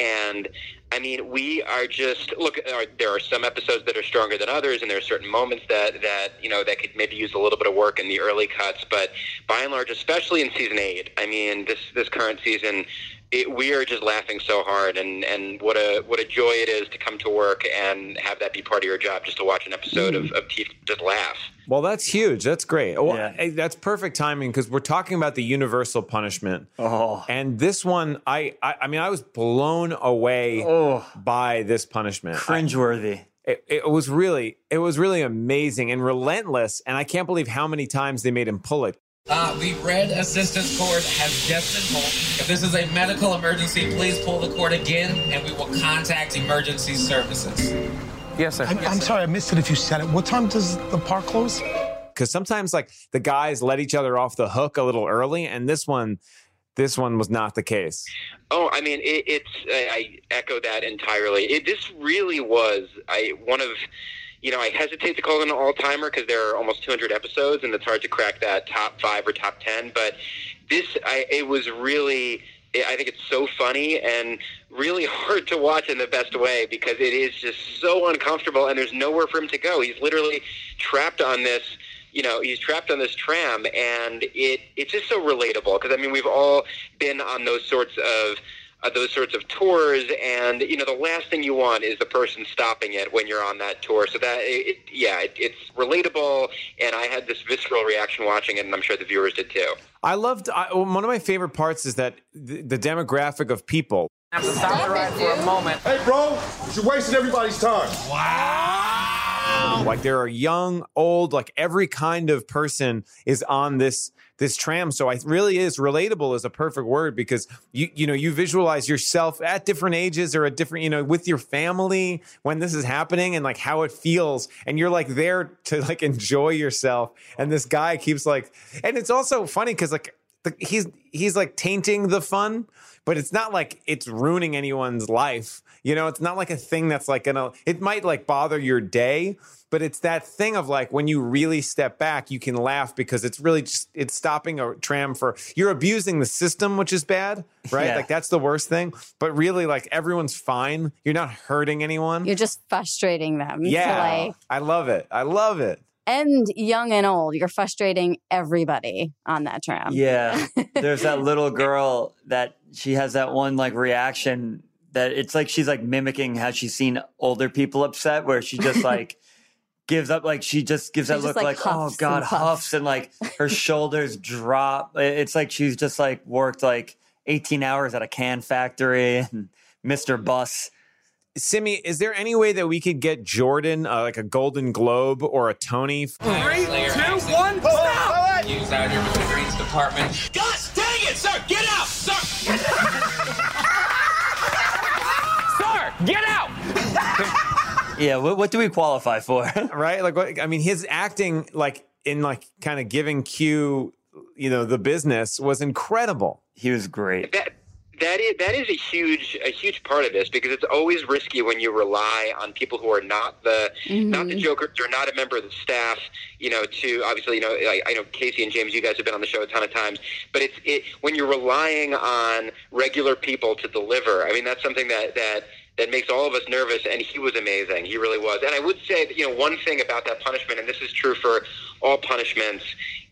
and I mean, we are just look. Are, there are some episodes that are stronger than others, and there are certain moments that that you know that could maybe use a little bit of work in the early cuts. But by and large, especially in season eight, I mean this this current season, it, we are just laughing so hard, and and what a what a joy it is to come to work and have that be part of your job, just to watch an episode of, of Teeth just laugh.
Well, that's huge. That's great. Oh, hey, That's perfect timing because we're talking about the universal punishment.
Oh.
And this one, I, I, I mean, I was blown away by this punishment.
Cringeworthy.
it, it was really, it was really amazing and relentless. And I can't believe how many times they made him pull it.
Uh, the red assistance cord has just been pulled. If this is a medical emergency, please pull the cord again and we will contact emergency services.
Yes, sir.
I'm, I'm sorry, I missed it if you said it. What time does the park close?
Because sometimes, like the guys let each other off the hook a little early, and this one, this one was not the case.
Oh, I mean, it, it's I, I echo that entirely. It, this really was I one of you know I hesitate to call it an all timer because there are almost 200 episodes and it's hard to crack that top five or top ten. But this I, it was really I think it's so funny and really [LAUGHS] hard to watch in the best way because it is just so uncomfortable and there's nowhere for him to go. He's literally trapped on this you know he's trapped on this tram and it it's just so relatable because i mean we've all been on those sorts of uh, those sorts of tours and you know the last thing you want is the person stopping it when you're on that tour so that it, it, yeah it, it's relatable and i had this visceral reaction watching it and i'm sure the viewers did too
I loved I, one of my favorite parts is that the, the demographic of people.
I'm to stop the ride for a moment.
Hey, bro, you're wasting everybody's time.
Like there are young, old, like every kind of person is on this this tram. So I really is relatable is a perfect word because you you know you visualize yourself at different ages or at different you know with your family when this is happening and like how it feels and you're like there to like [LAUGHS] enjoy yourself and this guy keeps like and it's also funny because like the, he's he's like tainting the fun, but it's not like it's ruining anyone's life. You know, it's not like a thing that's like gonna. It might like bother your day, but it's that thing of like when you really step back, you can laugh because it's really just it's stopping a tram for you're abusing the system, which is bad, right?
Yeah.
Like that's the worst thing. But really, like everyone's fine. You're not hurting anyone.
You're just frustrating them. to,
yeah,
like,
I love it. I love it.
and young and old, you're frustrating everybody on that tram.
Yeah. There's
[LAUGHS]
that little girl that she has that one like reaction that it's like she's like mimicking how she's seen older people upset, where
[LAUGHS]
she just like gives up, like she just gives
She
that
just,
look
like,
like, oh
huffs
God,
and
huffs.
puffs.
and like
[LAUGHS]
her shoulders drop. I- It's like she's just like worked like 18 hours at a can factory and Mr. Bus.
Simi, is there any way that we could get Jordan uh, like a Golden Globe or a Tony?
Three, two,
one,
stop! Use out here with the Greens department. Gosh dang it, sir! Get out, sir! sir, get out!
Yeah, what, what do we qualify for? [LAUGHS]
right? Like, what, I mean, his acting, like in like kind of giving Q, you know, the business was incredible.
He was great.
that is that is a huge a huge part of this because it's always risky when you rely on people who are not the not the jokers or not a member of the staff. You know, to obviously you know I, I know Casey and James, you guys have been on the show a ton of times, but it's it when you're relying on regular people to deliver. I mean, that's something that that. That makes all of us nervous, and he was amazing. He really was. And I would say, that, you know, one thing about that punishment, and this is true for all punishments,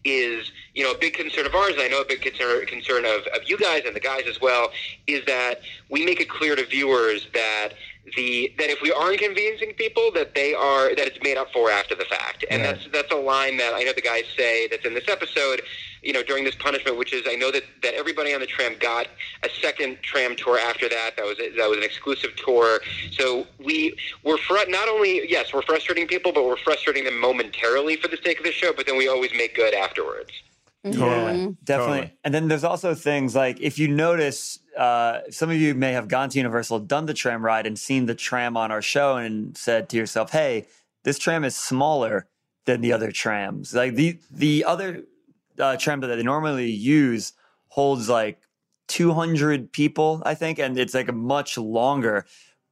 is you know a big concern of ours, and I know a big concern concern of, of you guys and the guys as well, is that we make it clear to viewers that the that if we are inconveniencing people, that they are that it's made up for after the fact, and
Yeah.
that's that's a line that I know the guys say that's in this episode, you know, during this punishment, which is I know that that everybody on the tram got a second tram tour after that. That was that was an exclusive tour. So we we're fr- not only yes we're frustrating people, but we're frustrating them momentarily for the sake of the show. But then we always make good afterwards.
Yeah, definitely. And then there's also things like if you notice, uh, some of you may have gone to Universal, done the tram ride, and seen the tram on our show, and said to yourself, "Hey, this tram is smaller than the other trams. Like the the other uh, tram that they normally use holds like 200 people, I think, and it's like much longer.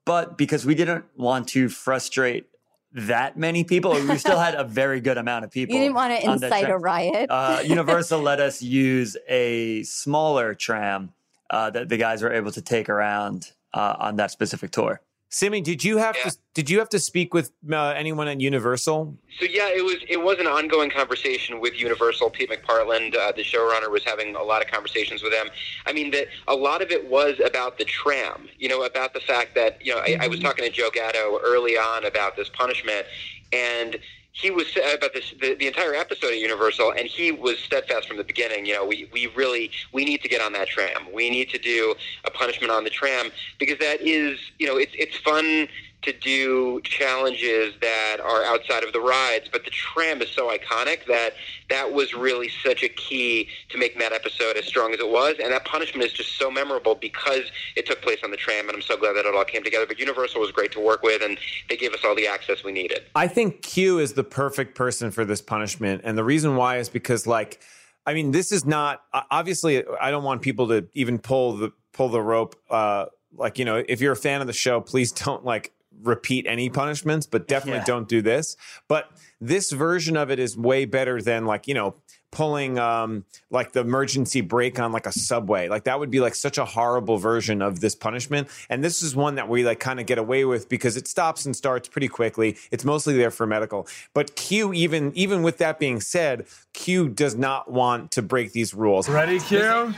But because we didn't want to frustrate that many people, we still had a very good amount of people.
You didn't want to
on that
incite a
tram.
riot.
Uh, Universal let us use a smaller tram uh, that the guys were able to take around. uh, on that specific tour.
Simi, did you have to did you have to speak with uh, anyone at Universal?
So yeah, it was it was an ongoing conversation with Universal. Pete McPartland, uh, the showrunner, was having a lot of conversations with them. I mean, that a lot of it was about the tram. You know, about the fact that you know I, I was talking to Joe Gatto early on about this punishment, and he was uh, about this the, the entire episode at Universal, and he was steadfast from the beginning. You know, we, we really we need to get on that tram. We need to do a punishment on the tram because that is you know it's it's fun to do challenges that are outside of the rides, but the tram is so iconic that that was really such a key to making that episode as strong as it was. And that punishment is just so memorable because it took place on the tram, and I'm so glad that it all came together. But Universal was great to work with, and they gave us all the access we needed.
I think Q is the perfect person for this punishment. And the reason why is because, like, I mean, this is not o- obviously, I don't want people to even pull the pull the rope. Uh, like, you know, if you're a fan of the show, please don't like repeat any punishments, but definitely
Yeah.
don't do this. But this version of it is way better than like, you know, pulling um like the emergency brake on like a subway. Like that would be like such a horrible version of this punishment. And this is one that we like kind of get away with because it stops and starts pretty quickly. It's mostly there for medical. But Q even even with that being said, Q does not want to break these rules.
Ready, Q?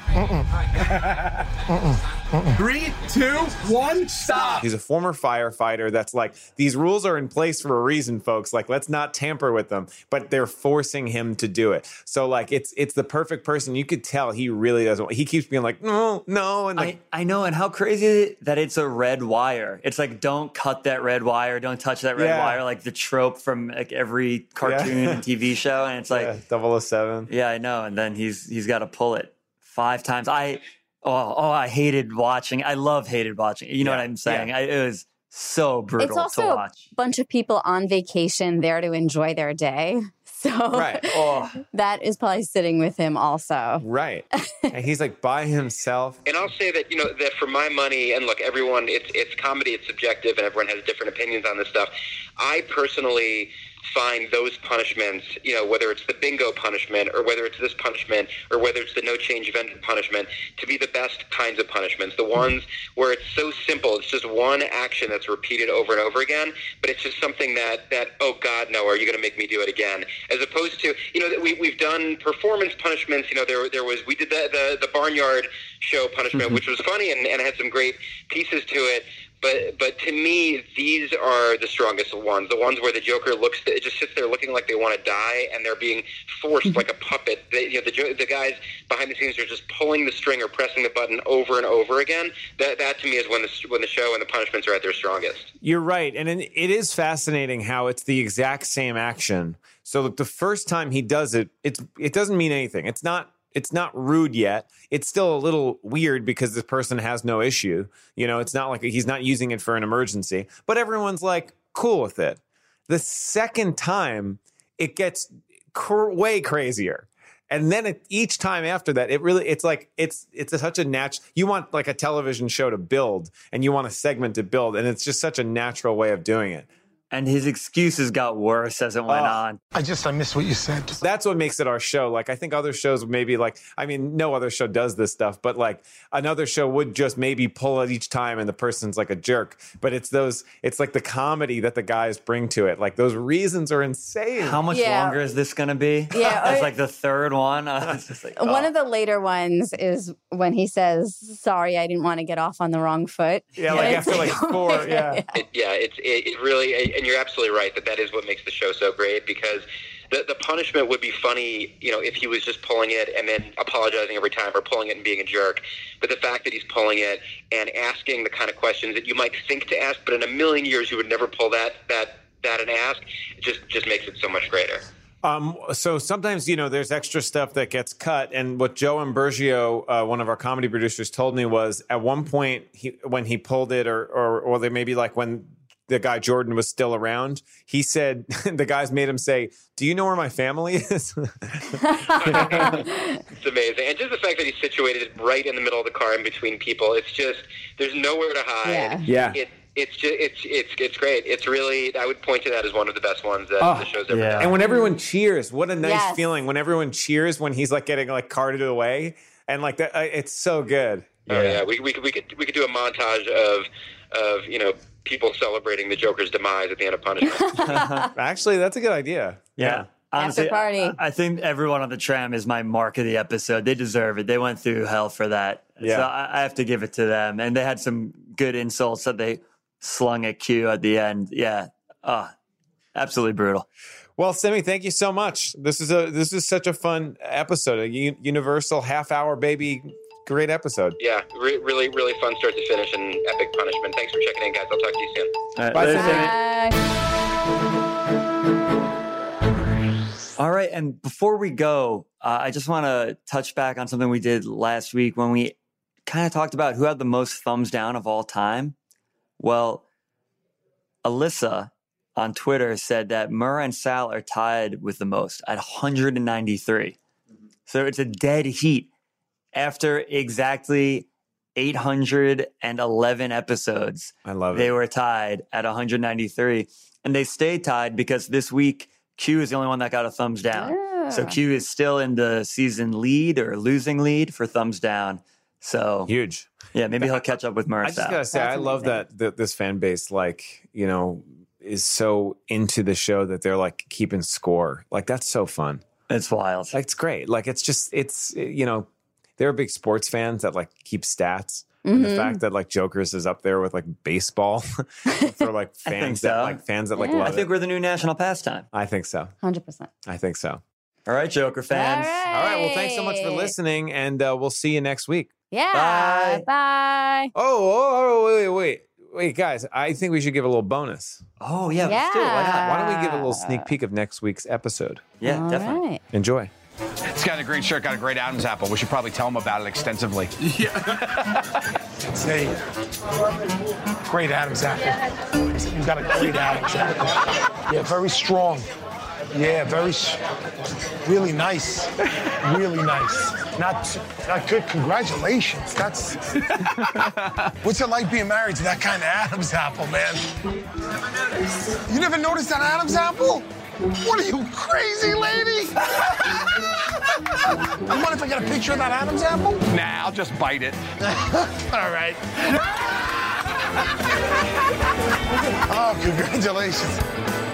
Three, two, one, stop.
He's a former firefighter. That's like these rules are in place for a reason, folks. Like let's not tamper with them, but they're forcing him to do it. So like it's it's the perfect person. You could tell he really doesn't. He keeps being like, no, no, and like
I know, and how crazy is it that it's a red wire. It's like don't cut that red wire, don't touch that red
Yeah.
wire, like the trope from like every cartoon and TV show. And it's like
Double O
[LAUGHS]
Seven.
Yeah, I know. And then he's he's got to pull it five times. I oh oh I hated watching. I love hated watching. You know what I'm saying? I, it was so brutal
it's also
to
a
watch.
bunch of people on vacation there to enjoy their day. [LAUGHS] So
Right. Oh.
[LAUGHS] that is probably sitting with him also.
right. and he's like by himself.
And I'll say that you know that for my money, and look, everyone, it's it's comedy, it's subjective, and everyone has different opinions on this stuff. I personally find those punishments, you know, whether it's the bingo punishment or whether it's this punishment or whether it's the no change event punishment, to be the best kinds of punishments. The ones where it's so simple, it's just one action that's repeated over and over again, but it's just something that that oh God, no, are you going to make me do it again? As opposed to you know that we we've done performance punishments. You know, there there was we did the the, the barnyard show punishment, which was funny and, and had some great pieces to it. But but to me, these are the strongest ones. The ones where the Joker looks, it just sits there looking like they want to die, and they're being forced like a puppet. They, you know, the jo- the guys behind the scenes are just pulling the string or pressing the button over and over again. That that to me is when the when the show and the punishments are at their strongest.
You're right. And it it is fascinating how it's the exact same action. So the- the first time he does it, it's it doesn't mean anything. It's not it's not rude yet. It's still a little weird because this person has no issue. You know, it's not like he's not using it for an emergency, but everyone's like cool with it. The second time, it gets cr- way crazier. And then it, each time after that, it really it's like it's it's a, such a natural. You want like a television show to build, and you want a segment to build, and it's just such a natural way of doing it.
And his excuses got worse as it went
Oh.
on.
I just I miss what you said. That's what makes it our show. Like I think other shows maybe like I mean no other show does this stuff, but like another show would just maybe pull it each time and the person's like a jerk. But it's those it's like the comedy that the guys bring to it. Like those reasons are insane.
How much
Yeah.
longer is this going to be? [LAUGHS]
Yeah,
it's
or-
like the third one. [LAUGHS] I was just like, oh.
One of the later ones is when he says, "Sorry, I didn't want to get off on the wrong foot." [LAUGHS] And it's
[LAUGHS]
four, yeah.
It, yeah, it's it, it really, and you're absolutely right that that is what makes the show so great because the the punishment would be funny, you know, if he was just pulling it and then apologizing every time or pulling it and being a jerk. But the fact that he's pulling it and asking the kind of questions that you might think to ask, but in a million years you would never pull that that that and ask, just just makes it so much greater.
Um, so sometimes you know there's extra stuff that gets cut, and what Joe Ambergio, uh, one of our comedy producers, told me was at one point he when he pulled it, or or or they maybe like when the guy Jordan was still around, he said [LAUGHS] the guys made him say, "Do you know where my family is?" [LAUGHS]
It's amazing, and just the fact that he's situated right in the middle of the car, in between people. It's just there's nowhere to hide.
Yeah. Yeah.
It, it's just it's it's it's great. It's really I would point to that as one of the best ones that
Oh,
the show's ever done.
And when everyone cheers, what a nice
Yes.
feeling! When everyone cheers when he's like getting like carted away, and like that, uh, it's so good.
Oh yeah, we, we could we could we could do a montage of of you know people celebrating the Joker's demise at the end of Punishment.
[LAUGHS] Actually, that's a good idea.
Yeah. Honestly,
After party.
I, I think everyone on the tram is my mark of the episode. They deserve it. They went through hell for that.
Yeah.
So I, I have to give it to them. And they had some good insults that they slung at Q at the end. Yeah. Ah, absolutely brutal.
Well, Simi, thank you so much. This is a this is such a fun episode, a u- universal half hour baby, great episode.
Yeah, re- really really fun start to finish and epic punishment. Thanks for checking in, guys. I'll talk to you soon.
Bye,
All right. And before we go, uh, I just want to touch back on something we did last week when we kind of talked about who had the most thumbs down of all time. Well, Alyssa on Twitter said that Murr and Sal are tied with the most at 193. So it's a dead heat after exactly 811 episodes.
I love it.
They were tied at 193, and they stayed tied because this week Q is the only one that got a thumbs down. So
Yeah.
Q is still in the season lead or losing lead for thumbs down. So
huge.
Yeah, maybe he'll catch up with
[LAUGHS]
Murr.
I
and
just
Sal.
gotta say, I love that, that this fan base, like you know, is so into the show that they're like keeping score. Like that's so fun.
It's wild.
Like, it's great. Like it's just it's you know, there are big sports fans that like keep stats. And the
Mhm.
fact that like Jokers is up there with like baseball [LAUGHS] for like
[LAUGHS] I think
fans that
so.
like fans that like
Yeah.
love
I think
it.
we're the new national pastime.
I think so.
Hundred percent.
I think so.
All right, Joker fans.
All
All right. Well, thanks so much for
right.
listening, and uh, we'll see you next week.
Yeah. Bye. Bye.
Oh, oh, oh, wait, wait, wait, wait, guys! I think we should give a little bonus.
Oh
yeah, let's do it. Why not? Yeah.
Why don't we give a little sneak peek of next week's episode?
Yeah,
All definitely. right.
Enjoy.
It's got a green shirt, got a great Adam's apple. We should probably tell him about it extensively.
Say, great Adam's apple. You got a great Adam's apple. Yeah, very strong. Yeah, very, s- really nice. Really nice. Not, not good. Congratulations. That's. What's it like being married to that kind of Adam's apple, man? You never noticed that Adam's apple? What are you, crazy lady? [LAUGHS] I wonder if I got a picture of that Adam's apple.
Nah, I'll just bite it.
[LAUGHS] All right. [LAUGHS] oh, congratulations.